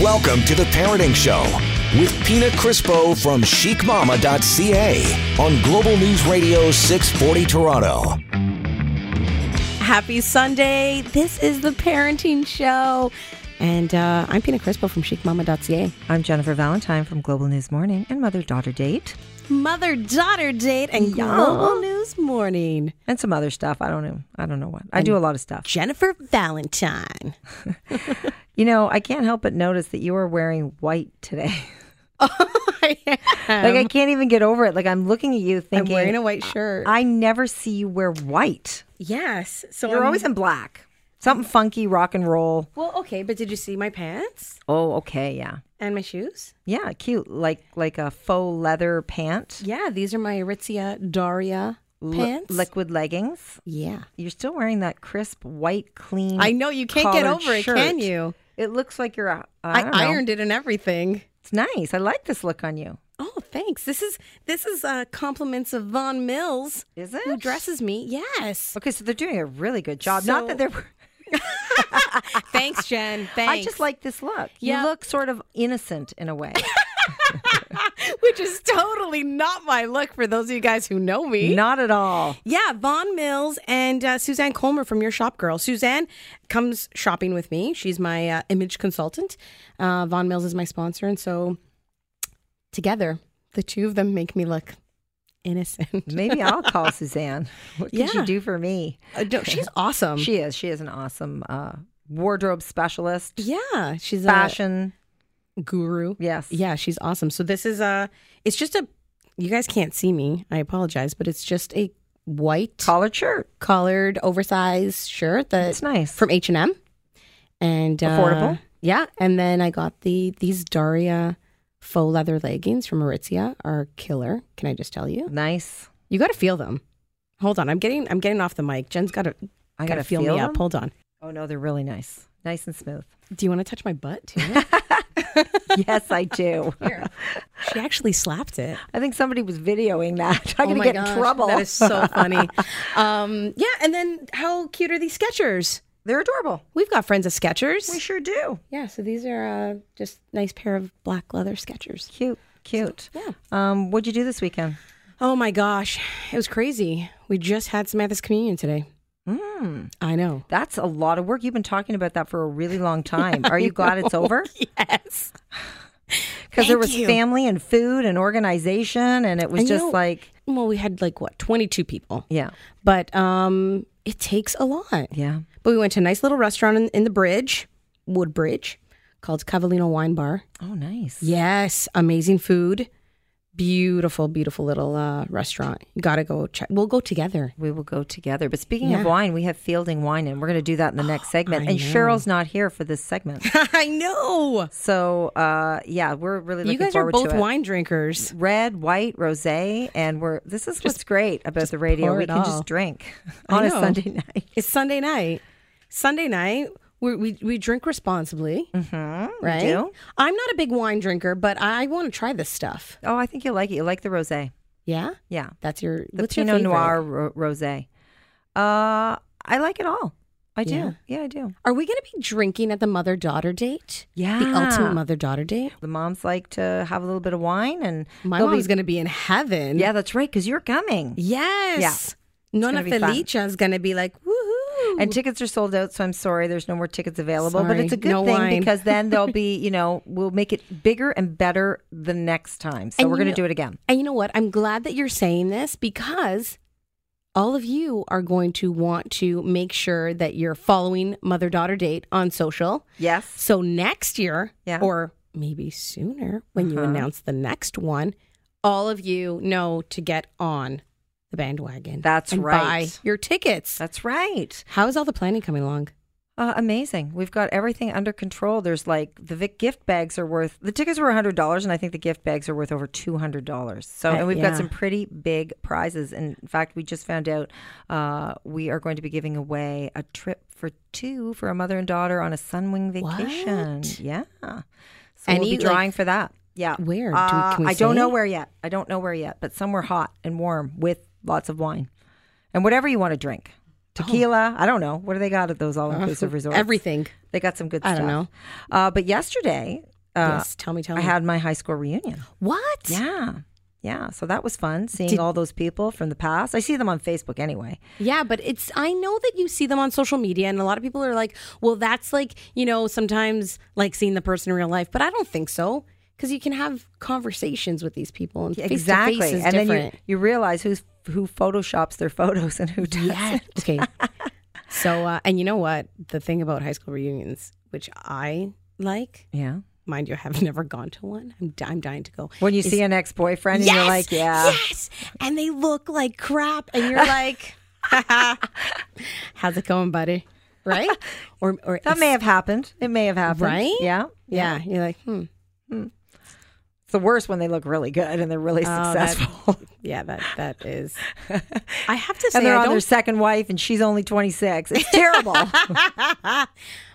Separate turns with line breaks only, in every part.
Welcome to The Parenting Show with Pina Crispo from chicmama.ca on Global News Radio 640 Toronto.
Happy Sunday. This is The Parenting Show. And uh, I'm Pina Crispo from chicmama.ca.
I'm Jennifer Valentine from Global News Morning and Mother Daughter Date
Mother daughter date and
Yeah.
Global News Morning.
and some other stuff. I don't know. I don't know what. I do a lot of stuff.
Jennifer Valentine.
You know, I can't help but notice that you are wearing white today.
Oh,
like I can't even get over it. Like I'm looking at you
Um, I'm
thinking
wearing a white shirt.
I never see you wear white.
yes. So
You're
I'm-
always in black. Something funky, rock and roll.
Well, okay, but did you see my pants
Oh, okay, yeah.
and my shoes?
Yeah, cute. Like like a faux leather pant.
Yeah, these are my Aritzia Daria
Li-
pants.
liquid leggings.
yeah.
You're still wearing that crisp white clean.
I know you can't get
collared
over it,
shirt.
can you?
It looks like you're. a- I,
I,
don't know.
ironed it and everything.
It's nice. I like this look on you.
Oh, thanks. This is this is uh, compliments of Von Mills,
Is it?
who dresses me. Yes.
Okay, so they're doing a really good job. Not
So-
that they're.
thanks, Jen. Thanks.
I just like this look.
Yeah.
You look sort of innocent in a way.
which is totally not my look for those of you guys who know me.
Not at all.
Yeah, Vaughn Mills and uh, Suzanne Colmer from Your Shop Girl. Suzanne comes shopping with me. She's my uh, image consultant. Uh, Vaughn Mills is my sponsor. And so together, the two of them make me look innocent.
Maybe I'll call Suzanne. What can
Yeah.
she do for me?
Uh, no, she's awesome.
She is. She is an awesome uh, wardrobe specialist,
yeah, she's
fashion.
a guru.
Yes.
Yeah, she's awesome. So this is a, it's just a, you guys can't see me. I apologize, but it's just a white
Collared shirt.
collared oversized shirt that
It's nice.
from H and M, and uh,
Affordable.
Yeah, and then I got the these Daria faux leather leggings from Aritzia are killer. Can I just tell you?
Nice.
You got to feel them. Hold on, I'm getting I'm getting off the mic. Jen's got to got
I
to
gotta
feel,
feel
me up.
them?
Hold on.
Oh no, they're really nice. Nice and smooth.
Do you want to touch my butt too?
Yes, I do.
she actually slapped it.
I think somebody was videoing that. I'm
Oh
gonna
my
get
gosh,
in trouble.
That is so funny. um, yeah, and then how cute are these Skechers?
They're adorable.
We've got friends of Skechers.
We sure do.
yeah, so these are uh, just nice pair of black leather Skechers.
Cute, cute.
yeah.
Um, what'd you do this weekend?
Oh my gosh, it was crazy. We just had Samantha's communion today.
Hmm.
Mm. I know.
That's a lot of work. You've been talking about that for a really long time. Are you glad it's over?
Yes.
Because there
Thank
was
you.
family and food and organization, and it was
And you
just
know-
like,
Well, we had like what, 22 people.
yeah,
But um it takes a lot.
yeah.
But we went to a nice little restaurant in, in the bridge, Woodbridge, called Cavallino Wine Bar.
Oh, nice.
Yes, amazing food. Beautiful, beautiful little uh, restaurant. You got to go check. We'll go together.
We will go together. But speaking
Yeah.
of wine, we have Fielding Wine, and we're going to do that in the next segment. And Cheryl's not here for this segment,
I know.
so uh, yeah, we're really looking
You guys are
forward
both
to it.
wine drinkers.
Red, white, rosé, and we're. This is what's great about the radio.
pour
We
it
can
all.
just drink
I
on a
know.
Sunday night.
It's Sunday night. Sunday night, we we, we drink responsibly,
Mm-hmm,
right? I'm not a big wine drinker, but I want to try this stuff.
Oh, I think you'll like it. You like the rosé.
Yeah,
Yeah.
that's your
The
what's your
Pinot
favorite?
Noir ro- rosé. Uh, I like it all. I do. Yeah, I do.
Are we going to be drinking at the mother daughter date? the ultimate
Yeah.
mother daughter date.
The moms like to have a little bit of wine and
My
they'll be-
mom's going to be in heaven.
Yeah, that's right cuz you're coming.
Yes. Nonna
gonna be fun.
Felicia's going to be like woohoo.
And tickets are sold out, so I'm sorry there's no more tickets available, but
Sorry,
it's a good
no
thing
wine.
because then there'll be, you know, we'll make it bigger and better the next time. So
And
we're
you
going to
know-
do it again.
And you know what? I'm glad that you're saying this because all of you are going to want to make sure that you're following Mother Daughter Date on social.
Yes.
So next year,
Yeah.
or maybe sooner when you
Uh-huh.
announce the next one, all of you know to get on the bandwagon.
That's
and Buy
right.
your tickets.
That's right.
How is all the planning coming along?
Uh, amazing. We've got everything under control. There's like the Vic gift bags are worth, the tickets were $100, and I think the gift bags are worth over $200. So,
Uh,
and we've
yeah.
got some pretty big prizes. And in fact, we just found out uh, we are going to be giving away a trip for two for a mother and daughter on a Sunwing vacation.
What?
Yeah. So
Any,
we'll be
like-
drawing for that. Yeah.
Where? Do we-
Uh,
can we
I don't
say?
know where yet. I don't know where yet, but somewhere hot and warm with lots of wine and whatever you want to drink. Tequila, I don't know. What do they got at those all inclusive resorts?
Oh. Everything.
They got some good
I
stuff.
don't know.
Uh, but yesterday, uh,
yes, tell me, tell
I
me.
had my high school reunion.
what?
Yeah. Yeah. So that was fun seeing
Did-
all those people from the past. I see them on Facebook anyway.
Yeah, but it's I know that you see them on social media and a lot of people are like, "Well, that's like, you know, sometimes like seeing the person in real life." But I don't think so because you can have conversations with these people and
exactly.
face to face is
and
different.
then you, you realize who's who photoshops their photos and who doesn't.
Yeah. Okay. So, uh, and you know what? The thing about high school reunions, which I like,
Yeah.
mind you, I have never gone to one. I'm, di- I'm dying to go.
When you
Is-
see an ex boyfriend
yes,
and you're like, yeah.
yes, and they look like crap, and you're like, how's it going, buddy? Right? Or or
That may have happened. It may have happened.
Right?
Yeah.
yeah. You're like, hmm,
It's the worst when they look really good and they're really
that-
successful.
yeah, that that is. I have to say,
and they're
I
on
don't
their second wife and she's only 26. It's terrible.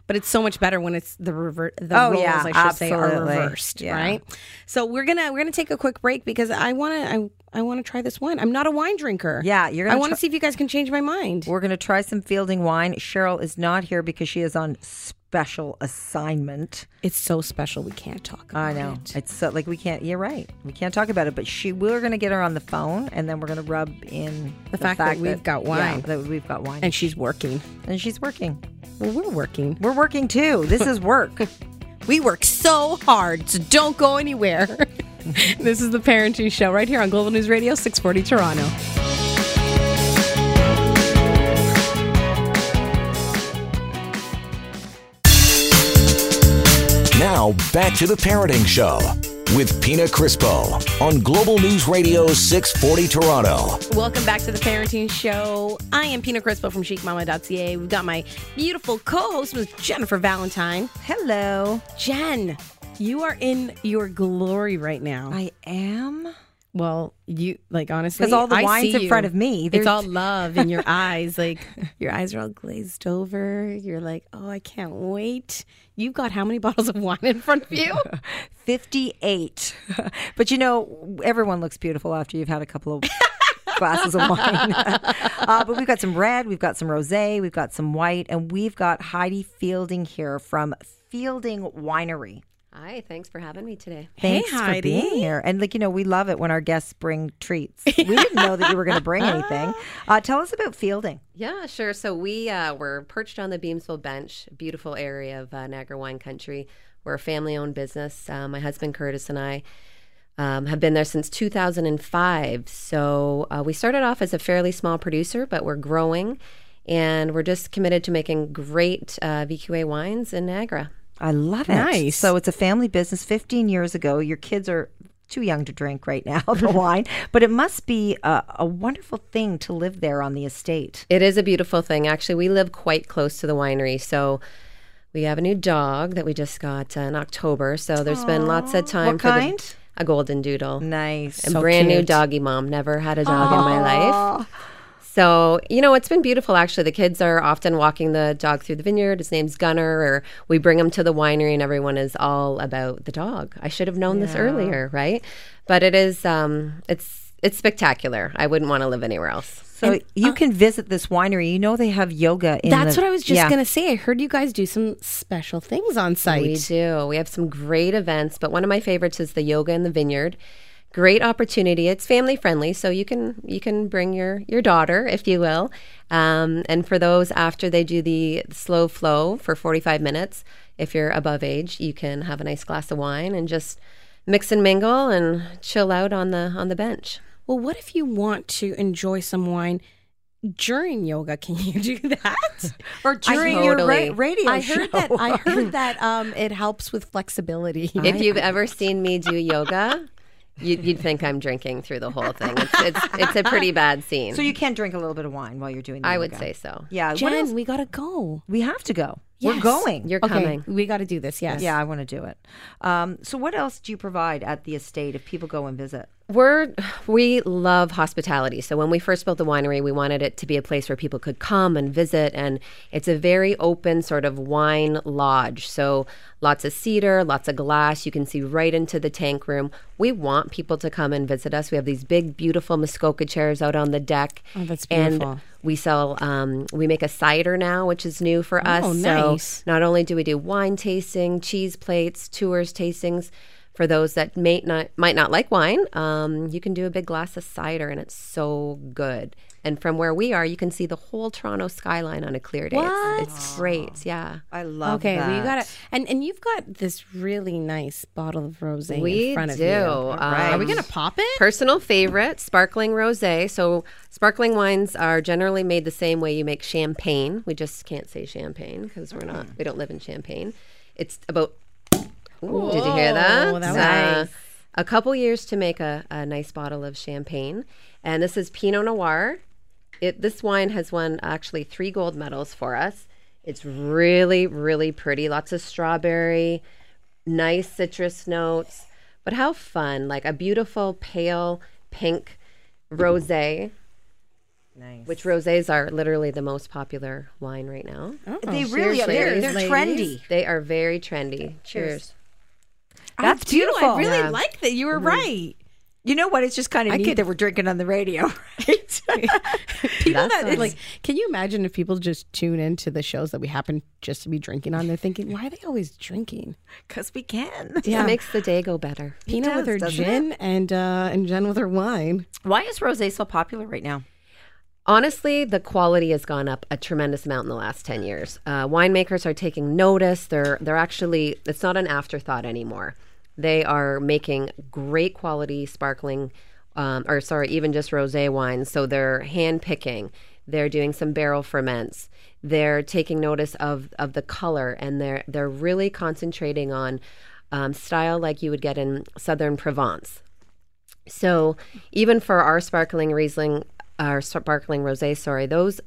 But it's so much better when it's the reverse. The
Oh,
roles,
yeah,
I should say, are
absolutely.
reversed,
Yeah.
right? So we're gonna we're gonna take a quick break because I wanna I, I wanna try this wine. I'm not a wine drinker.
Yeah, you're gonna
I wanna
try-
see if you guys can change my mind.
We're going to try some fielding wine. Cheryl is not here because she is on special assignment.
It's so special. We can't talk. About
I know.
It.
It's so, like we can't, you're right. We can't talk about it, but she, we're going to get her on the phone and then we're going to rub in
The fact that we've got wine.
Yeah, that we've got wine.
And she's working.
and she's working.
Well, we're working.
We're working too. This is work.
We work so hard, so don't go anywhere. this is the Parenting Show right here on Global News Radio 640 Toronto.
Now, back to the Parenting Show with Pina Crispo on Global News Radio 640 Toronto.
Welcome back to the Parenting Show. I am Pina Crispo from chicmama.ca. We've got my beautiful co-host, Ms. Jennifer Valentine.
Hello.
Jen, you are in your glory right now.
I am.
well, you like honestly,
Because all the
I
wine's
see
in
you.
front of me.
It's
There's-
all love in your eyes. Like your eyes are all glazed over. You're like, oh, I can't wait. You've got how many bottles of wine in front of you?
58. but you know, everyone looks beautiful after you've had a couple of glasses of wine. uh, but we've got some red, we've got some rose, we've got some white, and we've got Heidi Fielding here from Fielding Winery.
Hi, thanks for having me today.
Thanks
Heidi.
for being here. And like you know, we love it when our guests bring treats. We didn't know that you were going to bring anything. Uh, tell us about Fielding.
Yeah, sure. So we uh, were perched on the Beamsville Bench, beautiful area of uh, Niagara wine country. We're a family-owned business. Uh, my husband Curtis and I um, have been there since 2005. So uh, we started off as a fairly small producer, but we're growing, and we're just committed to making great uh, VQA wines in Niagara.
I love it.
Nice.
So it's a family business. 15 years ago, your kids are too young to drink right now the wine, but it must be a, a wonderful thing to live there on the estate.
It is a beautiful thing. Actually, we live quite close to the winery, so we have a new dog that we just got uh, in October. So there's been lots of time.
What
for the-
kind?
a golden doodle.
Mm, Nice.
A brand new
cute.
doggy mom. Never had a dog in my life. So, you know, it's been beautiful actually. The kids are often walking the dog through the vineyard. His name's Gunner, or we bring him to the winery and everyone is all about the dog. I should have known this earlier, right? But it is um it's it's spectacular. I wouldn't want to live anywhere else.
So you can visit this winery. You know they have yoga in
That's
the-
what I was just
yeah.
gonna say. I heard you guys do some special things on site.
We do. We have some great events, but one of my favorites is the yoga in the vineyard. Great opportunity. It's family friendly, so you can you can bring your your daughter, if you will. Um, and for those after they do the slow flow for 45 minutes, if you're above age, you can have a nice glass of wine and just mix and mingle and chill out on the on the bench.
Well, what if you want to enjoy some wine during yoga? Can you do that? or
during your Totally. ra-
radio
I heard that. I heard that um, it helps with flexibility.
If you've ever seen me do yoga, you'd, you'd think I'm drinking through the whole thing. It's it's, it's a pretty bad scene.
So you can drink a little bit of wine while you're doing the
I
yoga.
would say so.
Yeah. what else?
Jen, we gotta go.
We have to go. We're
Yes.
going.
You're
okay,
coming.
We gotta do this. Yes.
yeah, I want to do it. Um, so what else do you provide at the estate if people go and visit?
we're we love hospitality. So when we first built the winery, we wanted it to be a place where people could come and visit and it's a very open sort of wine lodge. So lots of cedar, lots of glass, you can see right into the tank room. We want people to come and visit us. We have these big beautiful Muskoka chairs out on the deck.
Oh, that's
And
beautiful.
We sell, um, we make a cider now, which is new for us.
Oh, nice.
So not only do we do wine tasting, cheese plates, tours, tastings. For those that may not might not like wine, um, you can do a big glass of cider, and it's so good. And from where we are, you can see the whole Toronto skyline on a clear day. It's, it's great. Yeah.
I love
okay,
that.
well, you got to and and you've got this really nice bottle of rosé in
We
front of
do.
you.
Um,
Are we gonna pop it?
Personal favorite, sparkling rosé. So sparkling wines are generally made the same way you make champagne. We just can't say champagne because we're not. We don't live in Champagne. It's about. Ooh, did you hear that? Uh,
Whoa, that was nice.
A couple years to make a, a nice bottle of champagne, and this is Pinot Noir. It this wine has won actually three gold medals for us. It's really really pretty. Lots of strawberry nice citrus notes. But how fun! Like a beautiful pale pink rosé,
nice.
which rosés are literally the most popular wine right now.
they really are. They're,
ladies.
they're
Oh, Ladies.
trendy.
They are very trendy.
Cheers.
Cheers.
That's
I do.
beautiful.
I really like that. You were right.
You know what? It's just kind of neat
could-
that we're drinking on the radio, right?
People
That's
that
nice.
like, can you imagine if people just tune into the shows that we happen just to be drinking on? They're thinking, why are they always drinking?
Because we can.
It makes the day go better.
Pina with
does,
her
doesn't
gin and uh, and Jen with her wine.
Why is rosé so popular right now?
Honestly, the quality has gone up a tremendous amount in the last ten years. Uh, winemakers are taking notice. They're they're actually it's not an afterthought anymore. They are making great quality sparkling, um, or sorry, even just rosé wines. So they're hand picking. They're doing some barrel ferments. They're taking notice of of the color, and they're they're really concentrating on um, style like you would get in southern Provence. So even for our sparkling Riesling, our sparkling rosé, sorry, those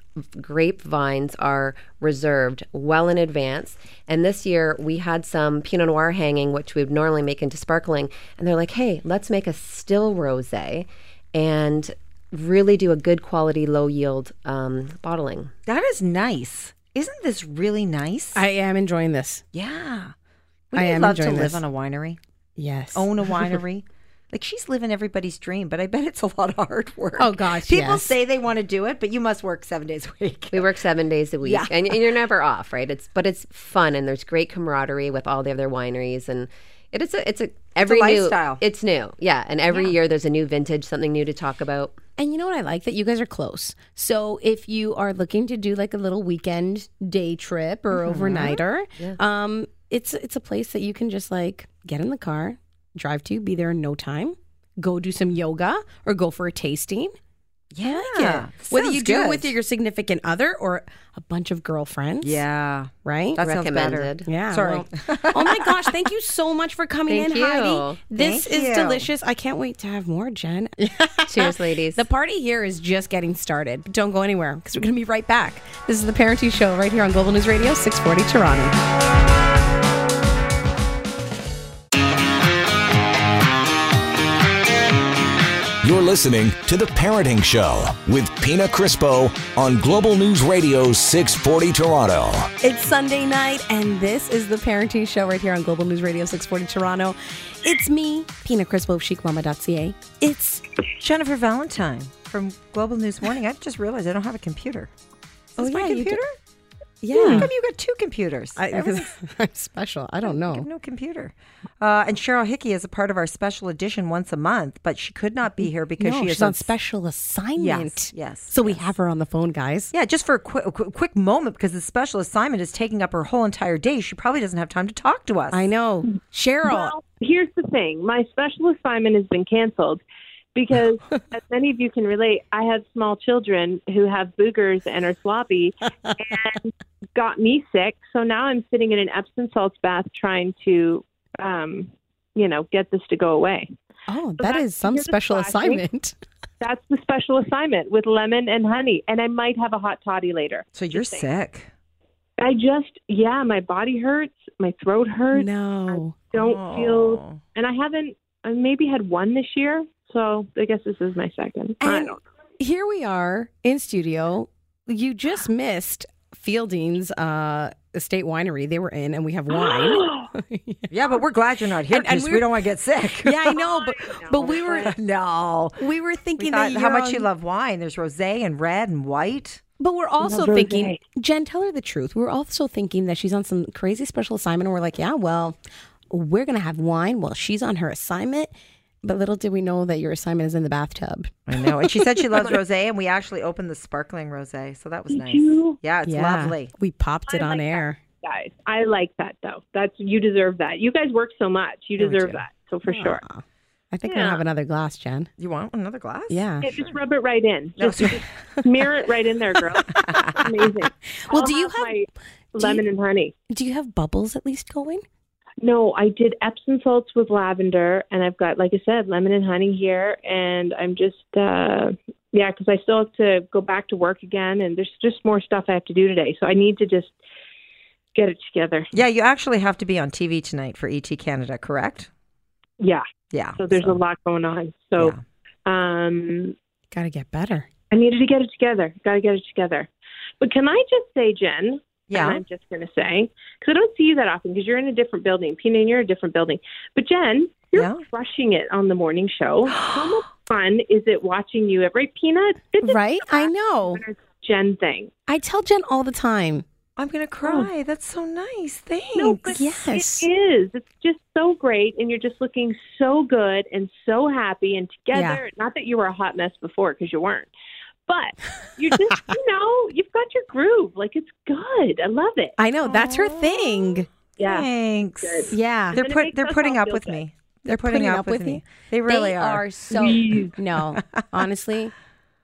grape vines are reserved well in advance. And this year we had some Pinot Noir hanging, which we would normally make into sparkling. And they're like, hey, let's make a still rosé and really do a good quality, low yield um, bottling.
That is nice. Isn't this really nice?
I am enjoying this.
yeah.
I
Wouldn't you
am
love to
enjoying
live
this.
on a winery?
Yes.
Own a winery? like she's living everybody's dream, but I bet it's a lot of hard work.
Oh, gosh,
People
yes.
say they want to do it, but you must work seven days a week.
We work seven days a week,
Yeah.
and, and you're never off, right? It's but it's fun, and there's great camaraderie with all the other wineries, and it is a it's a every new
lifestyle.
It's new, yeah, and every year there's a new vintage, something new to talk about.
And you know what I like that you guys are close. So if you are looking to do like a little weekend day trip or
Mm-hmm.
overnighter, um, it's it's a place that you can just like get in the car, drive to, be there in no time, go do some yoga or go for a tasting.
Yeah.
Whether you
Sounds
do it
good.
with your significant other or a bunch of girlfriends,
Yeah.
right?
That sounds better.
Recommended.
yeah.
Sorry.
well- oh my gosh! Thank you so much for coming
Thank
in,
you.
Heidi. This
Thank
is
you.
delicious. I can't wait to have more, Jen.
Cheers, ladies.
The party here is just getting started. But don't go anywhere because we're going to be right back. This is the Parenting Show right here on Global News Radio 640 Toronto.
You're listening to The Parenting Show with Pina Crispo on Global News Radio 640 Toronto.
It's Sunday night, and this is the Parenting Show right here on Global News Radio 640 Toronto. It's me, Pina Crispo of chicmama.ca. It's
Jennifer Valentine from Global News Morning. I just realized I don't have a computer. Is
Oh,
this my
yeah, you do-
computer? How
yeah.
come you got two computers?
I, Oh.
Everything's-
am special. I don't know.
no computer. Uh, and Cheryl Hickey is a part of our special edition once a month, but she could not be here because
no,
she is
she's on special assignment.
Yes, yes,
So we have her on the phone, guys.
Yeah, just for a quick, a quick- quick moment because the special assignment is taking up her whole entire day. She probably doesn't have time to talk to us.
I know. Cheryl.
Well, here's the thing my special assignment has been canceled because, as many of you can relate, I have small children who have boogers and are sloppy and got me sick. So now I'm sitting in an Epsom salts bath trying to, um, you know, get this to go away.
oh,
So
that
that's-
is some
here's a
special
classic.
assignment.
That's the special assignment with lemon and honey. And I might have a hot toddy later.
So you're sick.
I just, yeah, my body hurts. My throat hurts.
No.
Don't
Oh.
feel and I haven't. I maybe had one this year, so I guess this is my second. I
And-
don't-
here we are in studio. You just missed Fielding's uh, estate winery they were in, and we have wine.
Yeah, but we're glad you're not here
And- and
because we
we're-
don't want to get sick.
yeah, I know, but but we were
no.
we were
We
thinking
thought
that
how
you're
much you
on-
love wine. There's rosé and red and white.
But we're also
Rosé.
thinking, Jen, tell her the truth. We We're also thinking that she's on some crazy special assignment, and we're like, yeah, well, we're gonna have wine while she's on her assignment. But little did we know that your assignment is in the bathtub.
I know. And she said she loves rosé, and we actually opened the sparkling rosé, so that was nice.
you?
Yeah, it's
Yeah.
lovely.
We popped it on
like
air.
guys. I like that though. That's you deserve that. You guys work so much. You deserve
do.
that. So for sure.
I think we'll
Yeah.
have another glass, Jen.
You want another glass?
Yeah.
Yeah, just rub it right in.
No,
just
sorry.
smear it right in there, girl. Amazing.
Well,
I'll
do you have-
my lemon and honey?
Do you have bubbles at least going?
No, I did Epsom salts with lavender, and I've got, like I said, lemon and honey here, and I'm just, uh, yeah, 'cause I still have to go back to work again, and there's just more stuff I have to do today, so I need to just get it together.
Yeah, you actually have to be on TV tonight for ET Canada, correct?
Yeah,
Yeah.
so there's a lot going on. So,
yeah.
um,
Got to get better.
I needed to get it together. Got to get it together. But can I just say, Jen?
Yeah.
And I'm just going to say, because I don't see you that often because you're in a different building. Pina, you're in a different building. But Jen, you're
Yeah.
crushing it on the morning show. How much fun is it watching you every right, Pina? This is
Right? I know.
a Jen thing.
I tell Jen all the time. Mm,
I'm gonna cry. That's so nice. Thanks.
No, but
Yes.
it is. It's just so great, and you're just looking so good and so happy and together. Not that you were a hot mess before, because you weren't. But you just, you know, you've got your groove. Like it's good. I love it.
I know. That's her thing.
Yeah.
Thanks.
Good.
Yeah.
They're
And it
put,
makes
they're
us
putting
all
up
feel
with
good.
me. They're putting, up, with me.
you.
They really
they
are.
so no. Honestly,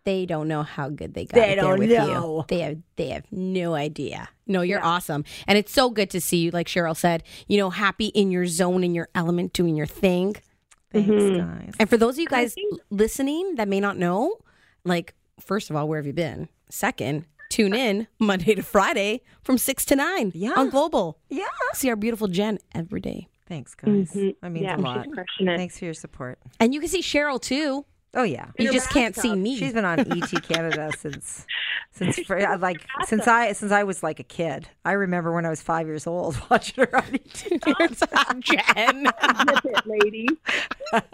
they don't know how good they got.
They
it there
don't
with
know.
You. They have they have no idea. No, you're awesome, and it's so good to see you. Like Cheryl said, you know, happy in your zone, in your element, doing your thing.
Thanks, guys.
And for those of you guys
think-
listening that may not know, like, first of all, where have you been? Second, tune in Monday to Friday from 6 to 9
Yeah.
on Global.
Yeah.
See our beautiful Jen every day.
Thanks, guys. That means
Yeah,
a lot.
she's crushing it.
Thanks for your support.
And you can see Cheryl too.
Oh yeah.
You just can't see me.
She's been on ET Canada since since fr- like since I since I was like a kid. I remember when I was five years old watching her on E ET.
Jen.
Zip it, lady. Zip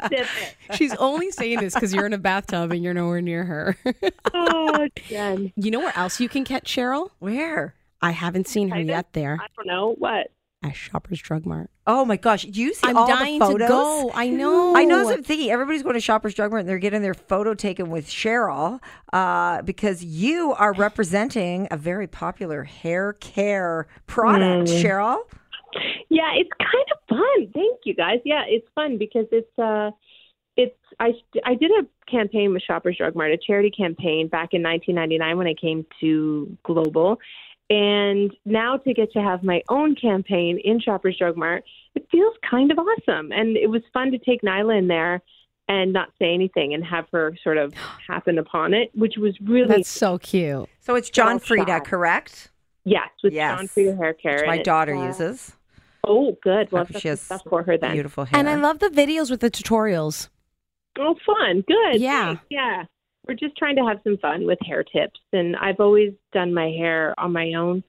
it.
She's only saying this because you're in a bathtub and you're nowhere near her.
Oh, Jen.
you know where else you can catch Cheryl?
Where?
I haven't seen her yet there
I don't know what.
at Shoppers Drug Mart.
Oh my gosh! Do you see
I'm
all the
dying to
photos?
go. I know.
I know that's what I'm thinking. Everybody's going to Shoppers Drug Mart and they're getting their photo taken with Cheryl uh, because you are representing a very popular hair care product, Cheryl.
Yeah, it's kind of fun. Thank you guys. Yeah, it's fun because it's uh it's I I did a campaign with Shoppers Drug Mart, a charity campaign back in 1999 when I came to Global. And now to get to have my own campaign in Shoppers Drug Mart, it feels kind of awesome. And it was fun to take Nyla in there and not say anything and have her sort of happen upon it, which was really
That's so cute.
So it's John
Cheryl
Frieda,
Shaw.
correct?
yes with
Yes.
John Frieda hair care.
Which
and
my
it's,
daughter
uh,
uses.
Oh, good. Well,
After she
that's
has
stuff for her then.
beautiful hair.
And I love the videos with the tutorials.
Oh, fun. Good.
Yeah.
Thanks. Yeah. We're just trying to have some fun with hair tips. And I've always done my hair on my own.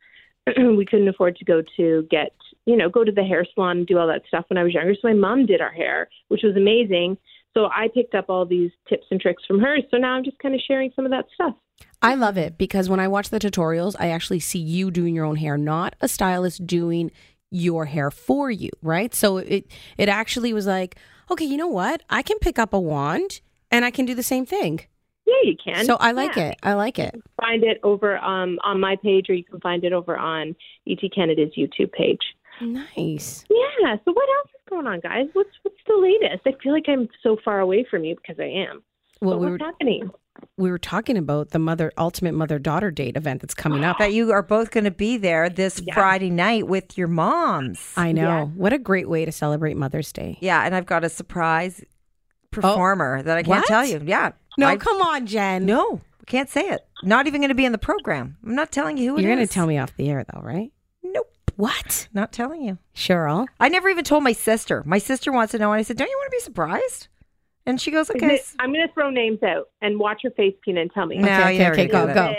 we couldn't afford to go to get, you know, go to the hair salon and do all that stuff when I was younger. So my mom did our hair, which was amazing. So I picked up all these tips and tricks from her. So now I'm just kind of sharing some of that stuff.
I love it because when I watch the tutorials, I actually see you doing your own hair, not a stylist doing your hair for you, right? So it it actually was like, okay, you know what? I can pick up a wand and I can do the same thing.
Yeah, you can.
so I like
Yeah.
it. I like it.
Find it over um, on my page or you can find it over on ET Canada's YouTube page.
Nice.
Yeah. So what else is going on, guys? What's what's the latest? I feel like I'm so far away from you because I am.
Well,
But
we were
what's happening?
we were talking about the mother ultimate mother daughter date event that's coming up.
that you are both going to be there this Friday night with your moms.
I know.
Yeah.
What a great way to celebrate Mother's Day.
yeah, and I've got a surprise performer that I can't
Oh, What?
tell you. Yeah.
No,
I-
come on, Jen.
No, can't say it. Not even going to be in the program. I'm not telling you who it
You're gonna
is.
tell me off the air though, right?
Nope,
What?
not telling you.
Cheryl.
I never even told my sister. My sister wants to know, and I said, "Don't you want to be surprised?" And she goes, "Okay."
I'm going to throw names out and watch your face, Tina, and tell me.
No,
okay,
you never
okay,
do
go,
that.
go.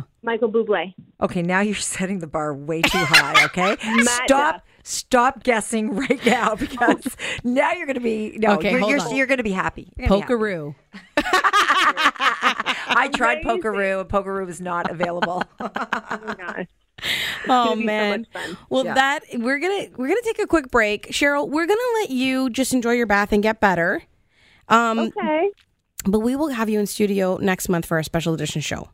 Go.
Michael Bublé.
Okay, now you're setting the bar way too high, okay? stop stop guessing right now because now you're going to be no,
Oh. Okay,
you're
hold
you're,
on.
you're going to be happy. You're gonna be happy.
Pokeroo.
I tried Pokeroo and Pokeroo was not available.
Oh, gosh.
Oh
be so
man.
much fun.
well, that we're gonna we're gonna take a quick break, Cheryl. We're gonna let you just enjoy your bath and get better. Um,
Okay.
but we will have you in studio next month for our special edition show.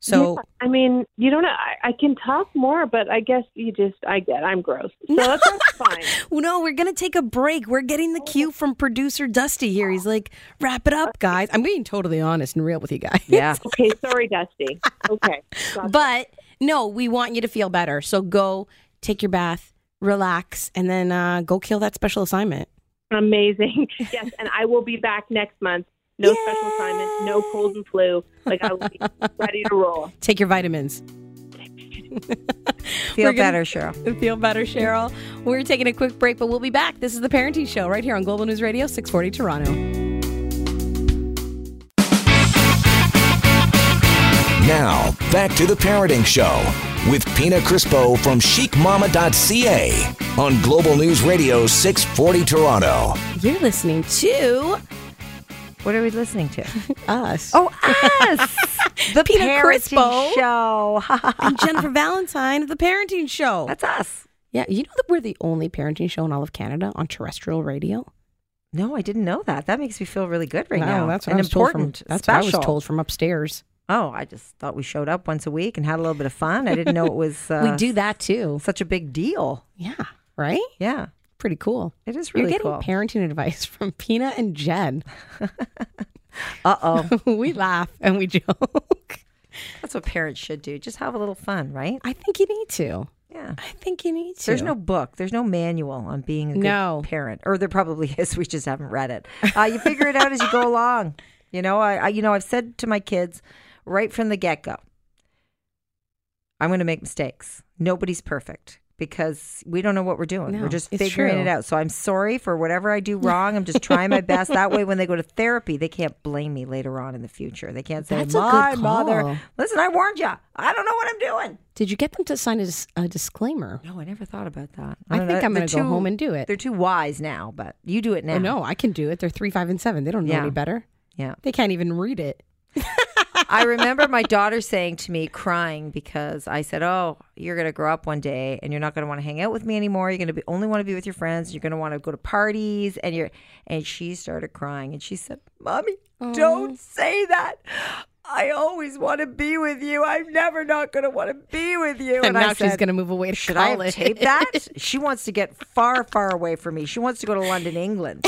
So
Yeah, I mean, you don't know. I, I can talk more, but I guess you just, I get, I'm gross. So that's that's fine.
no, we're gonna take a break. We're getting the cue from producer Dusty here. He's like, "Wrap it up, guys." I'm being totally honest and real with you guys.
yeah.
Okay, sorry, Dusty. Okay. Gotcha.
But no, we want you to feel better. So go take your bath, relax, and then uh, go kill that special assignment.
Amazing. Yes, and I will be back next month. No special assignment, no cold and flu. Like, I will be ready to roll.
Take your vitamins.
Feel
We're gonna-
better, Cheryl.
Feel better, Cheryl. We're taking a quick break, but we'll be back. This is the Parenting Show right here on Global News Radio 640 Toronto.
Now, back to the Parenting Show with Pina Crispo from chicmama.ca on Global News Radio 640 Toronto.
You're listening to
What are we listening to?
us.
Oh, us. the
Pina
parenting
Crispo.
show.
and Jennifer Valentine of the Parenting Show.
That's us.
yeah, you know that we're the only parenting show in all of Canada on terrestrial radio.
No, I didn't know that. That makes me feel really good right
Wow,
now.
That's what
An
I was
important.
told from. That's
special.
what I was told from upstairs.
Oh, I just thought we showed up once a week and had a little bit of fun. I didn't know it was uh,
we do that too.
such a big deal.
Yeah, right.
Yeah,
Pretty cool.
it is really
You're getting
cool.
parenting advice from Pina and Jen.
uh oh,
we laugh and we joke.
that's what parents should do. Just have a little fun, right?
I think you need to.
Yeah.
I think you need to.
There's no book. There's no manual on being a good
No.
parent, or there probably is. We just haven't read it. Uh, you figure it out as you go along. You know, I, I you know I've said to my kids right from the get go, I'm going to make mistakes. Nobody's perfect because we don't know what we're doing.
No,
we're just
it's
figuring it
true.
out. So I'm sorry for whatever I do wrong. I'm just trying my best. That way, when they go to therapy, they can't blame me later on in the future. They can't say,
That's a good
"My
call.
mother, listen, I warned you. I don't know what I'm doing."
Did you get them to sign a, dis- a disclaimer?
No, I never thought about that.
I
don't
think
know.
I'm
They're
gonna go
too-
home and do it.
They're too wise now, but you do it now.
Oh, no, I can do it. They're three, five, and seven. They don't know
Yeah.
any better.
Yeah.
They can't even read it.
I remember my daughter saying to me, crying, because I said, Oh, you're going to grow up one day and you're not going to want to hang out with me anymore. You're going to be, only want to be with your friends. You're going to want to go to parties. And you're, and she started crying and she said, Mommy, don't say that. I always want to be with you. I'm never not going to want to be with you.
And, now
I
she's
said,
going to move away to
Should I have
college.
taped that? She wants to get far, far away from me. She wants to go to London, England.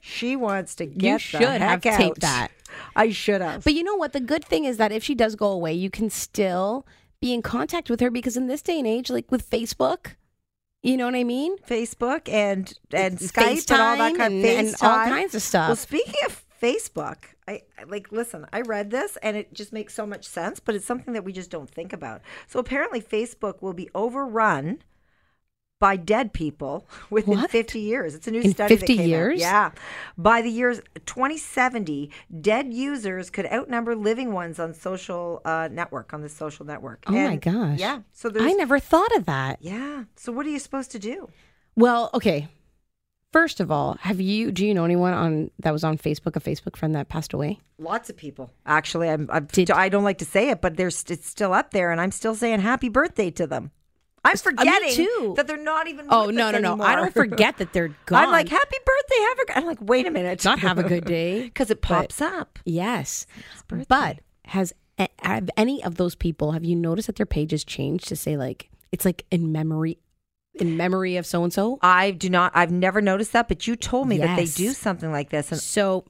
She wants to get the
should have
heck out.
taped that.
I should have.
But you know what? The good thing is that if she does go away, you can still be in contact with her because in this day and age, like with Facebook, you know what I mean?
Facebook and and Skype and all that
FaceTime
kind of
and- and all
FaceTime.
kinds of stuff.
Well, speaking of Facebook, I I- like listen. I read this and it just makes so much sense, but it's something that we just don't think about. So apparently, Facebook will be overrun by dead people within
What?
50 years. It's a new
In
study.
50
that came out.
years?
yeah. By the years 2070, dead users could outnumber living ones on social uh, network on the social network.
Oh my
And,
gosh.
Yeah. So there's
I never thought of that.
yeah. So what are you supposed to do?
Well, okay. First of all, have you do you know anyone on that was on Facebook, a Facebook friend that passed away?
Lots of people. Actually, I'm, I'm
Did-
I don't like to say it, but there's it's still up there, and I'm still saying happy birthday to them. I'm forgetting
uh, too.
that they're not even.
Oh
with
no,
us
no, no.
anymore.
I don't forget that they're gone.
I'm like happy birthday. Have a. g-" I'm like wait a minute.
not have a good day.
because it
but-
pops up.
Yes. But has a- have any of those people have you noticed that their pages changed to say like it's like in memory in memory of so and so?
I do not. I've never noticed that, but you told me that they
Yes.
do something like this, and
So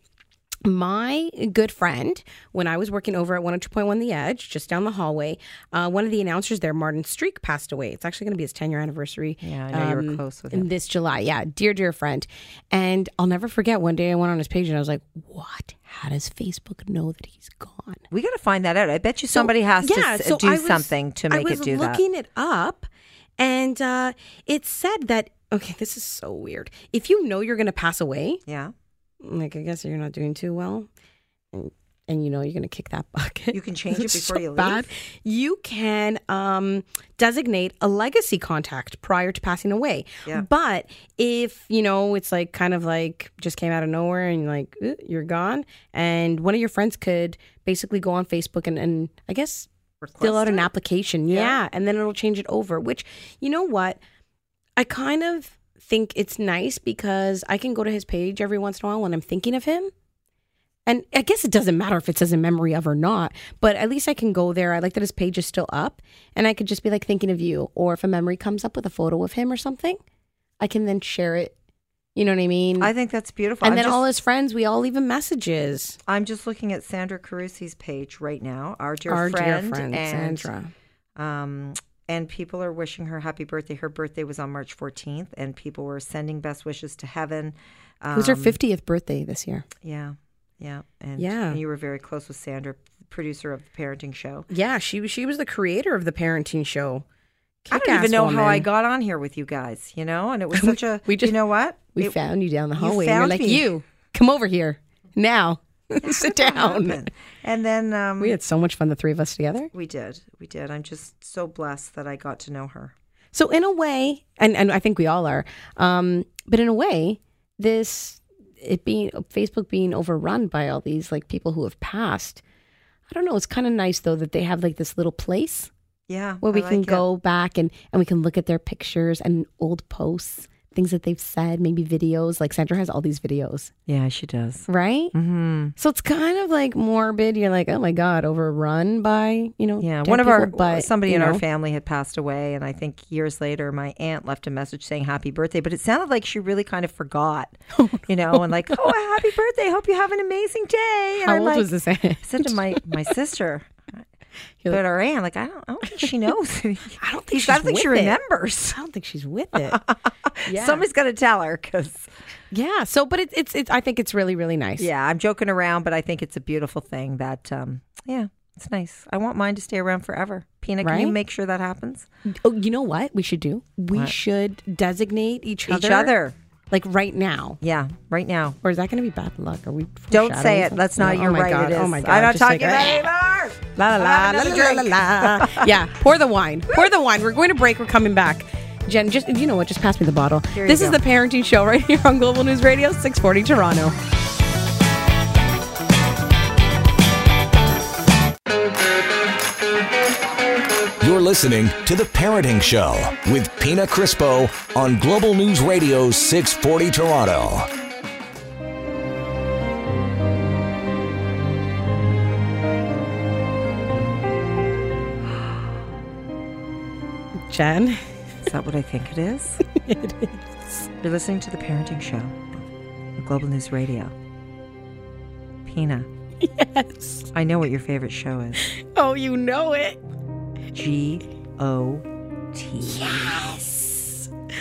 my good friend, when I was working over at 102.1 The Edge, just down the hallway, uh, one of the announcers there, Martin Streak, passed away. It's actually going to be his 10 year anniversary. um,
Yeah, I know you were close with him.
This July. Yeah, dear, dear friend. And I'll never forget one day I went on his page and I was like, what? How does Facebook know that he's gone?
we got to find that out. I bet you somebody has to
yeah,
s-
so
do
I was-
something to make
I was
it do
looking it up, and uh, it said that. Okay, this is so weird. If you know you're going to pass away,
that. Yeah.
like I guess you're not doing too well. and you know you're going to kick that bucket.
You can change it
It's
before
so
you leave?
bad. You can um, designate a legacy contact prior to passing away.
Yeah.
But if you know it's like kind of like just came out of nowhere and like eh, you're gone, and one of your friends could basically go on Facebook and, and I guess fill out an application, yeah. and then it'll change it over. Which you know what, I kind of think it's nice because I can go to his page every once in a while when I'm thinking of him. And I guess it doesn't matter if it says in memory of or not, but at least I can go there. I like that his page is still up and I could just be like thinking of you. Or if a memory comes up with a photo of him or something, I can then share it. You know what I mean?
I think that's beautiful.
and
I'm
then
just,
all his friends, we all leave him messages.
I'm just looking at Sandra Carusi's page right now, our dear
Our
friend,
dear friend,
and,
Sandra.
Um, and people are wishing her happy birthday. Her birthday was on March 14th, and people were sending best wishes to heaven.
it was her
Um,
50th birthday this year.
Yeah, yeah, and
Yeah.
you were very close with Sandra, producer of the parenting show.
Yeah, she, was- she was the creator of the parenting show.
I don't even know
Kick-ass
how I
woman.
got on here with you guys, you know, and it was such a.
We just-
you know what?
We
It-
found you down the
you
hallway. and
found
You're like,
me.
you, come over here now. Sit down.
happened. And then um,
We had so much fun, the three of us together.
we did, we did. I'm just so blessed that I got to know her.
So in a way, and, and I think we all are, um, but in a way, this it being Facebook being overrun by all these like people who have passed. I don't know. It's kind of nice though that they have like this little place
Yeah,
where we
I
can
like it.
go back and and we can look at their pictures and old posts, things that they've said, maybe videos. Like Sandra has all these videos,
Yeah, she does.
right?
Mm-hmm.
So it's kind of like morbid. You're like, oh my god, overrun by you know.
Yeah,
10
one of our
people, but
somebody
you
in our
know.
family had passed away, and I think years later, my aunt left a message saying happy birthday, but it sounded like she really kind of forgot, you know, and like, oh, happy birthday, hope you have an amazing day. And
How
I'm
old
like,
was this? aunt?
I said to my my sister.
You're
But our aunt, like I don't, I don't think she knows.
I don't
I don't think she
with it.
remembers.
I don't think she's with it. yeah.
Somebody's got to tell her because
yeah. So, but it, it's it's. I think it's really really nice.
yeah, I'm joking around, but I think it's a beautiful thing that um, yeah, it's nice. I want mine to stay around forever. Pina, can you
Right?
make sure that happens?
Oh, you know what we should do? We
What?
should designate each other,
Each other,
like right now.
yeah, right now.
Or is that going to be bad luck? Are we?
Don't say
foreshadowing
it. That's not.
something? No,
you're
oh my
right.
God.
It is.
Oh my god.
I'm not
Just like,
talking about
ah.
it anymore.
La la la
I'll have
la
another
la la la. la. Yeah, pour the wine. Pour the wine. We're going to break. We're coming back. Jen, just you know what? Just pass me the bottle.
Here you
This is
go.
the parenting show right here on Global News Radio 640 Toronto.
You're listening to The Parenting Show with Pina Crispo on Global News Radio 640 Toronto.
Jen,
Is that what I think it is?
it is.
You're listening to the Parenting Show, on Global News Radio. Pina,
Yes.
I know what your favorite show is.
Oh, you know it.
G O T. Yes.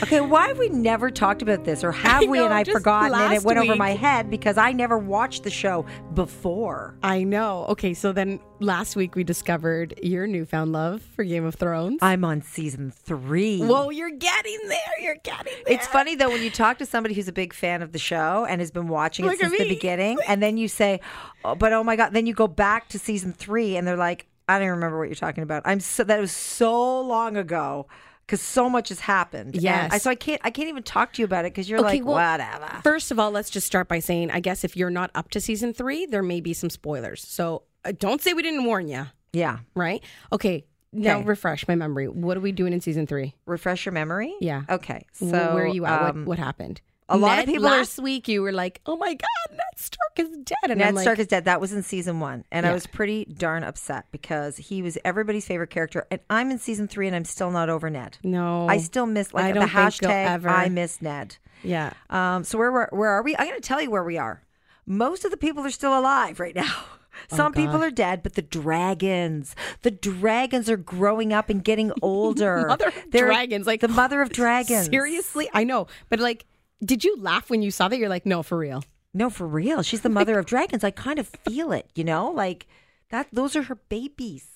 Okay, why have we never talked about this, or have
I
we? And
know,
I've
just
forgotten, and it
last
went over
week.
my head because I never watched the show before.
I know. Okay, so then last week we discovered your newfound love for Game of Thrones.
I'm on season three.
Whoa, you're getting there. You're getting there.
It's funny though when you talk to somebody who's a big fan of the show and has been watching it
Look at
since the
me.
beginning, and then you say, oh, "But oh my god!" Then you go back to season three, and they're like, "I don't remember what you're talking about." I'm so that was so long ago because so much has happened. And
Yes.
I, so I can't I can't even talk to you about it because you're like, "Whatever."
First of all, let's just start by saying, I guess if you're not up to season three, there may be some spoilers. So uh, don't say we didn't warn you,
yeah,
right? Okay, now
Okay.
refresh my memory. What are we doing in season three?
refresh your memory.
Yeah.
Okay. So
Wh- where are you at?
um,
what, what happened?
a lot
Ned-
of people are-
last week you were like, "Oh my God, Ned Stark is dead," and
Ned
I'm like,
Stark is dead. That was in season one, and I
Yeah.
was pretty darn upset because he was everybody's favorite character, and I'm in season three, and I'm still not over Ned.
"No,
I still miss like
Oh, I
the
don't think you'll
hashtag
ever-
I miss Ned.
yeah."
Um, so where, where where are we? I'm going to tell you where we are. Most of the people are still alive right now.
Oh,
Some people are dead, but the dragons, the dragons are growing up and getting older.
Mother of
They're-
dragons, like
the mother of dragons.
Seriously, I know, but like, did you laugh when you saw that? You're like, "No, for real."
No, for real. She's the mother of dragons. I kind of feel it, you know? Like that those are her babies.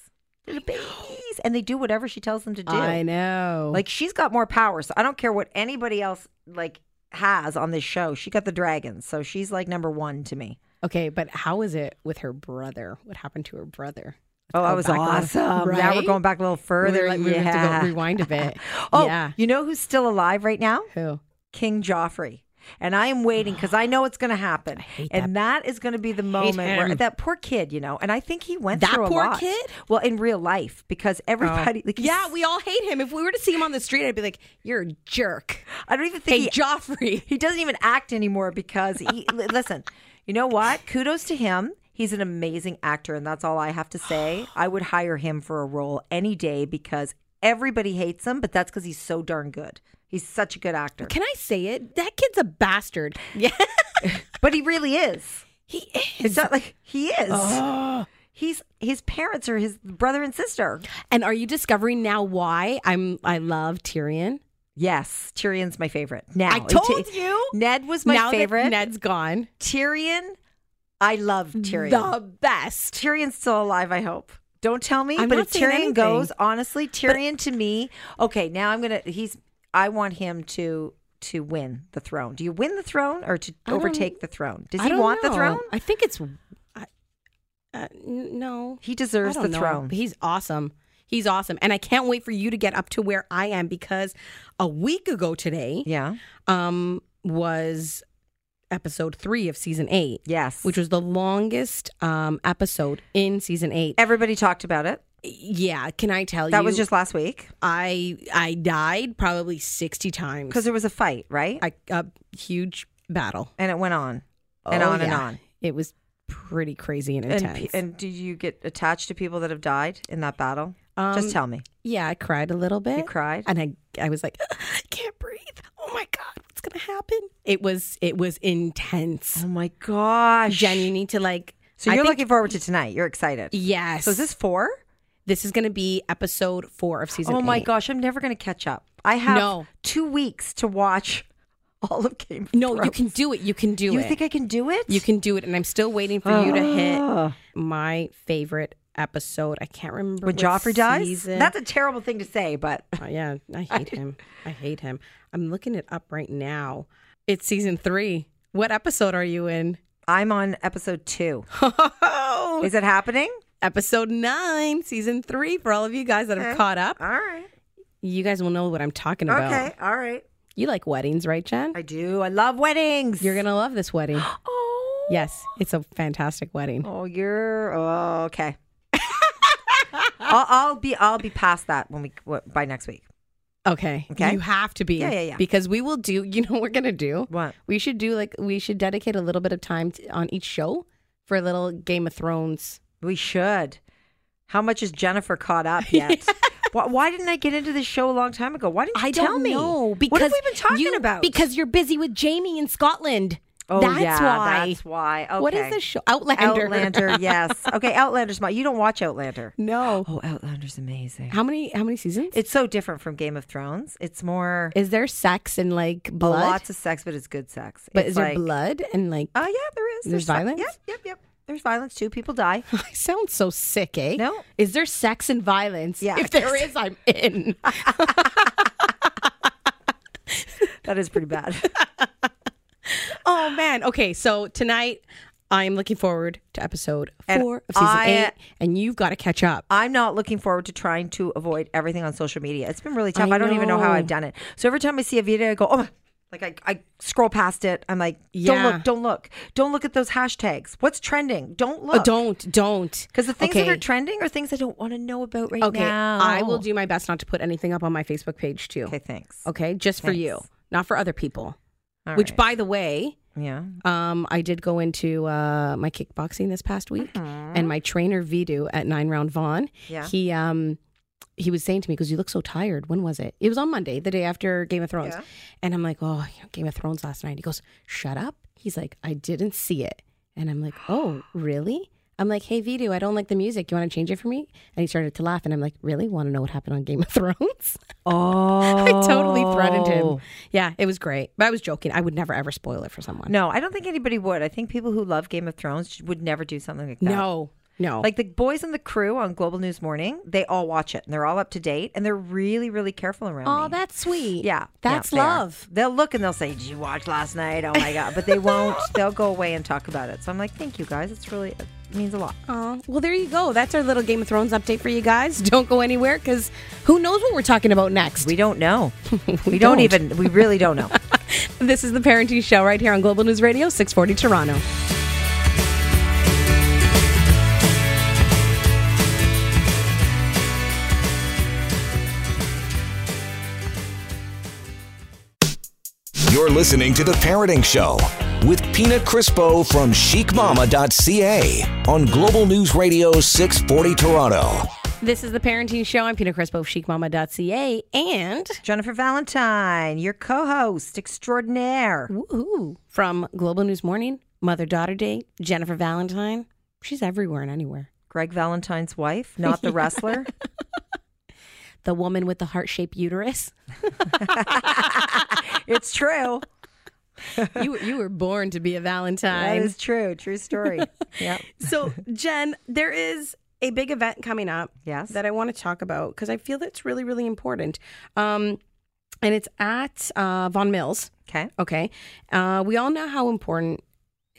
They're the babies. And they do whatever she tells them to do.
I know.
Like she's got more power, so I don't care what anybody else like has on this show. She got the dragons, so she's like number one to me.
Okay, but how is it with her brother? What happened to her brother?
Oh, that was
back a little-
awesome. Now we're
Right?
going back a little further.
We, like, we
yeah.
have to go rewind a bit.
Oh,
yeah.
you know who's still alive right now?
Who?
King Joffrey. And I am waiting because I know it's going to happen. and that is going to be the moment where
him.
that poor kid, you know, and I think he went
That
through a
poor
lot.
kid? Oh.
Well, in real life, because everybody, like,
Yeah,
he's-
we all hate him. If we were to see him on the street, I'd be like, "You're a jerk."
I don't even think
Hey,
he,
Joffrey.
he doesn't even act anymore because he, li- listen, you know what? Kudos to him. He's an amazing actor, and that's all I have to say. I would hire him for a role any day because everybody hates him, but that's because he's so darn good. He's such a good actor.
Can I say it? That kid's a bastard. Yeah,
But he really is.
he is. Ah.
It's not like he is. He's his parents are his brother and sister.
And are you discovering now why I'm I love Tyrion?
Yes, Tyrion's my favorite. Now
I told you.
Ned was my
now
favorite.
That Ned's gone.
Tyrion, I love Tyrion.
The best.
Tyrion's still alive, I hope. Don't tell me,
I'm
but
not
if
saying
Tyrion
anything.
goes, honestly, Tyrion to me, okay, now I'm gonna he's I want him to to win the throne. Do you win the throne or to
don't-
overtake the throne? Does
I
he
don't
want the
know.
throne?
I think it's. I, uh, n- no.
He deserves
I
the
don't know.
throne.
He's awesome. He's awesome. And I can't wait for you to get up to where I am because a week ago today
Yeah.
um, was episode three of season eight,
Yes.
which was the longest um, episode in season eight.
everybody talked about it.
Yeah, can I tell you?
That was just last week.
I I died probably 60 times.
Because there was a fight, right?
I a huge battle.
and it went on and
Oh,
on and
yeah.
on.
It was pretty crazy and
And,
intense.
pe- and did you get attached to people that have died in that battle?
Um,
Just tell me.
Yeah, I cried a little bit.
You cried?
and I I was like, I can't breathe. Oh my god, what's gonna happen? It was it was intense.
Oh my gosh.
Jen, you need to like.
So
I
you're
think-
looking forward to tonight. You're excited.
Yes.
So is this four?
this is gonna be episode four of season.
Oh my
eight.
gosh, I'm never going to catch up. I have
No.
two weeks to watch all of Game of
No, you
Thrones.
can do it. You can do
You
it.
think I can do it? Ah.
you can do it, and I'm still waiting for you to hit my favorite episode. I can't remember
When
what
Joffrey dies?
season.
That's a terrible thing to say, but
Oh, yeah, I hate him. I hate him. I'm looking it up right now. It's season three. What episode are you in?
I'm on episode two.
Oh.
Is it happening?
episode nine, season three, for all of you guys that have caught up.
All right.
You guys will know what I'm talking about.
Okay. All right.
You like weddings, right, Jen?
I do. I love weddings.
You're going to love this wedding.
Oh.
yes, it's a fantastic wedding.
Oh, you're oh, okay. I'll, I'll be I'll be past that when we what, by next week.
Okay.
Okay.
You have to be.
Yeah, yeah, yeah.
Because we will do, you know what we're going to do?
What?
We should do like, we should dedicate a little bit of time to, on each show for a little Game of Thrones.
We should. How much is Jennifer caught up yet? why, why didn't I get into this show a long time ago? Why didn't you
I
tell
don't
me?
know. Because
what have we been talking
you-
about?
Because you're busy with Jamie in Scotland.
oh
that's
yeah,
why.
that's why. Okay.
What is the show? Outlander.
Outlander? yes. Okay, Outlander's my. You don't watch Outlander?
no.
Oh, Outlander's amazing.
How many? How many seasons?
It's so different from Game of Thrones. It's more
Is there sex and like blood?
lots of sex, but it's good sex.
but
It's
is there
like-
blood and like? Uh,
Oh yeah, there is.
There's
vi-
violence?
Yep, yep, yep. There's violence too. People die.
I sound so sick, eh?
No.
Is there sex and violence?
Yeah.
If there is, I'm in.
That is pretty bad.
oh man. Okay. So tonight, I'm looking forward to episode
And
four of season
I-
eight, and you've got to catch up.
I'm not looking forward to trying to avoid everything on social media. It's been really tough. I,
I
don't even know how
know.
I've done it. So every time I see a video, I go, oh, my- like I, I scroll past it. I'm like, don't
Yeah.
look, don't look, don't look at those hashtags. What's trending? Don't
Oh,
look.
don't, don't.
Because the things
okay.
that are trending are things I don't want to know about right
Okay.
now.
I will do my best not to put anything up on my Facebook page too.
Okay,
Okay.
thanks.
Just for you,
Thanks.
not for other people.
All
Which,
right.
by the way,
yeah.
Um, I did go into uh, my kickboxing this past week, and my trainer Vidu at Nine Round Vaughn.
Mm-hmm. Yeah.
He um, he was saying to me because you look so tired. When was it? It was on Monday, the day after Game of Thrones.
Yeah.
And I'm like, oh, you know, Game of Thrones last night. He goes, shut up. He's like, I didn't see it. And I'm like, oh, really? I'm like, hey, Vidu, I don't like the music. You want to change it for me? And he started to laugh. And I'm like, really? Want to know what happened on Game of Thrones?
Oh,
I totally threatened him. Yeah, it was great. But I was joking. I would never, ever spoil it for someone.
No, I don't think anybody would. I think people who love Game of Thrones would never do something like that.
No, No.
Like the boys and the crew on Global News Morning, they all watch it and they're all up to date and they're really, really careful around me.
Oh, that's sweet.
Yeah,
That's
yeah, they are.
love.
They'll look and they'll say, "Did you watch last night? Oh my god!" But they won't. they'll go away and talk about it. So I'm like, "Thank you guys. It's really it means a lot."
Aw, well, there you go. That's our little Game of Thrones update for you guys. Don't go anywhere because who knows what we're talking about next.
We don't know. we don't
don't.
even. We really don't know.
This is the Parenting Show right here on Global News Radio, 640 Toronto.
You're listening to The Parenting Show with Pina Crispo from chicmama.ca on Global News Radio 640 Toronto.
This is the Parenting Show. I'm Pina Crispo of chicmama.ca and
Jennifer Valentine, your co-host extraordinaire.
woohoo, from Global News Morning, Mother Daughter Day, Jennifer Valentine. She's everywhere and anywhere.
Greg Valentine's wife, not the wrestler.
The woman with the heart shaped uterus.
it's true.
you, you were born to be a
That
Valentine.
is true. True story. yeah.
so, Jen, there is a big event coming up.
Yes.
that I want to talk about because I feel that's really, really important. Um, and it's at uh, Von Mills.
Okay.
Okay. Uh, we all know how important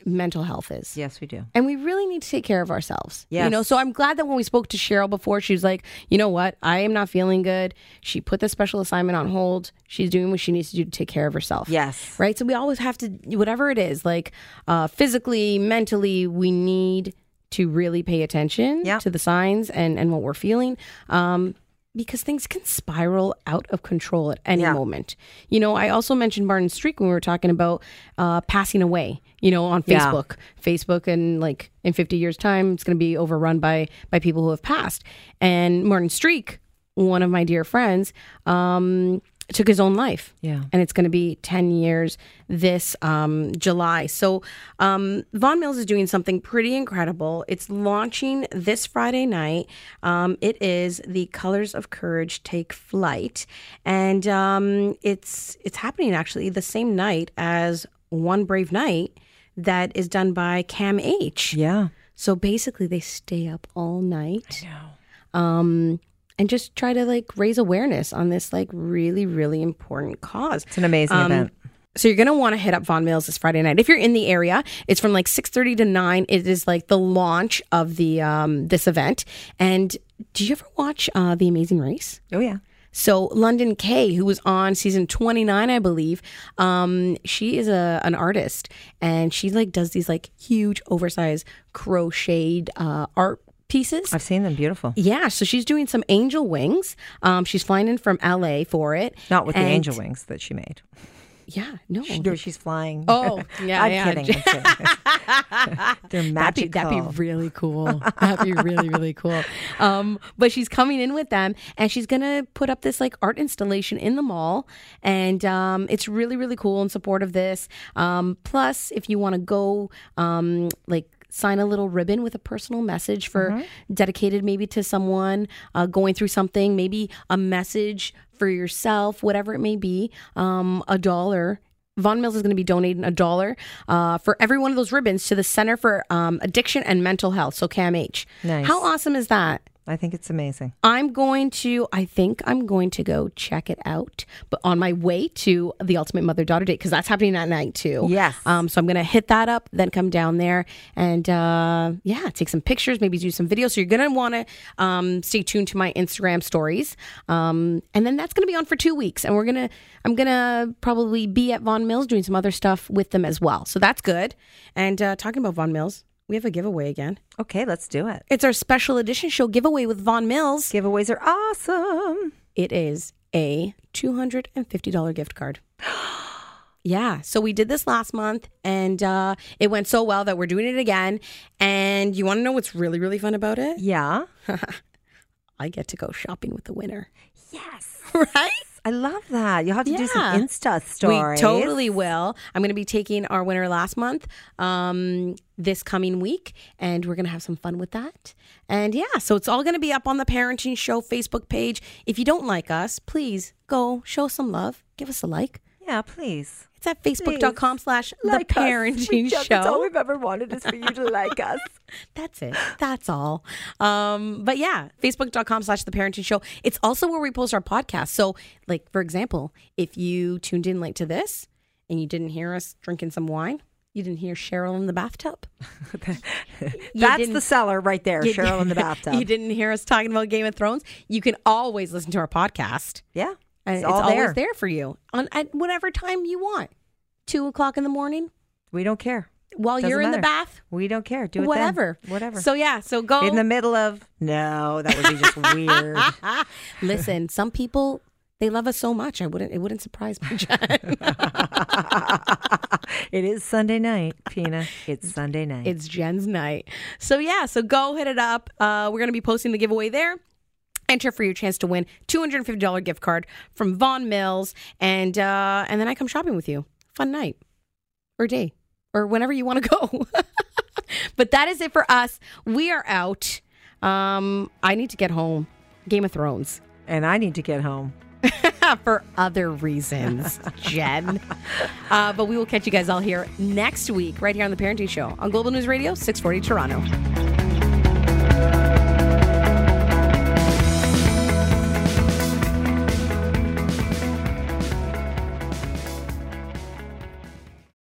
mental health is.
Yes, we do.
And we really need to take care of ourselves. You
Yes.
know, so I'm glad that when we spoke to Cheryl before, she was like, you know what? I am not feeling good. She put the special assignment on hold. She's doing what she needs to do to take care of herself
Yes.
right? So we always have to, whatever it is, like uh, physically, mentally, we need to really pay attention
Yeah.
to the signs and and what we're feeling. Um, because things can spiral out of control at any
Yeah.
moment. You know, I also mentioned Martin Streak when we were talking about uh, passing away, you know, on
Yeah.
Facebook. Facebook and like in 50 years' time, it's going to be overrun by by people who have passed. And Martin Streak, one of my dear friends, um, took his own life
Yeah.
and it's going to be 10 years this um, July. So, um, Von Mills is doing something pretty incredible. It's launching this Friday night. Um, it is the Colors of Courage Take Flight, and um, it's it's happening actually the same night as One Brave Night that is done by Cam H.
Yeah.
So basically, they stay up all night. Um, and just try to like raise awareness on this like really really important cause. Um,
It's an amazing event.
So you're gonna want to hit up Von Mills this Friday night if you're in the area. It's from like 6:30 to 9. It is like the launch of the um, this event. And do you ever watch uh, The Amazing Race?
Oh yeah.
So London Kay, who was on season 29, I believe, um, she is a an artist, and she like does these like huge oversized crocheted uh, art pieces.
I've seen them. Beautiful.
Yeah, so she's doing some angel wings. Um, she's flying in from LA for it.
Not with the
And-
angel wings that she made.
Yeah, no.
No, she's flying.
Oh, yeah,
I'm
yeah.
kidding. I'm kidding. They're
That'd be,
magical.
that'd be really cool. That'd be really, really cool. Um, but she's coming in with them and she's going to put up this like art installation in the mall. And um, it's really, really cool in support of this. Um, plus, if you want to go um, like, Sign a little ribbon with a personal message for dedicated maybe to someone uh, going through something, maybe a message for yourself, whatever it may be. Um, a dollar Von Mills is going to be donating a dollar uh, for every one of those ribbons to the Center for um, Addiction and Mental Health, so CAMH.
Nice.
How awesome is that?
I think it's amazing.
I'm going to, I think I'm going to go check it out, but on my way to the Ultimate Mother Daughter Date, because that's happening that night too.
Yes.
Um, so I'm going to hit that up, then come down there and uh, yeah, take some pictures, maybe do some videos. So you're going to want to um, stay tuned to my Instagram stories. Um, and then that's going to be on for two weeks. And we're going to, I'm going to probably be at Von Mills doing some other stuff with them as well. So that's good. And uh, talking about Von Mills, we have a giveaway again.
Okay, let's do it.
It's our special edition show giveaway with Von Mills.
Giveaways are awesome.
It is a $250 gift card. yeah. So we did this last month and uh, it went so well that we're doing it again. And you want to know what's really, really fun about it?
Yeah.
I get to go shopping with the winner.
Yes.
Right?
I love that. You'll have to do
Yeah.
some Insta stories.
We totally will. I'm going to be taking our winner last month um, this coming week, and we're going to have some fun with that. And yeah, so it's all going to be up on the Parenting Show Facebook page. If you don't like us, please go show some love, give us a like.
Yeah, please.
It's at facebook.com slash the parenting
Jeff, That's all
show.
we've ever wanted is for you to like us.
That's it. That's all. Um, but yeah, facebook.com slash the parenting show. It's also where we post our podcast. So, like, for example, if you tuned in late to this and you didn't hear us drinking some wine, you didn't hear Cheryl in the bathtub. You
That's
didn't-
the seller right there,
you-
Cheryl in the bathtub.
you didn't hear us talking about Game of Thrones. You can always listen to our podcast.
Yeah.
And Uh, it's,
all
always
there.
there for you on at whatever time you want. Two o'clock in the morning
We don't care.
while
Doesn't
you're in the
matter.
bath.
We don't care. Do it then.
whatever.
Whatever.
So yeah, so go
in the middle of no, that would be just weird.
Listen, some people they love us so much. I wouldn't. It wouldn't surprise me.
it is Sunday night, Pina. It's Sunday night.
it's Jen's night. So yeah, so go hit it up. Uh, we're gonna be posting the giveaway there. Enter for your chance to win $250 gift card from Von Mills, and uh, and then I come shopping with you. Fun night, or day, or whenever you want to go. but that is it for us. We are out. Um, I need to get home. Game of Thrones.
and I need to get home.
for other reasons, Jen. Uh, but we will catch you guys all here next week, right here on The Parenting Show on Global News Radio, 640 Toronto.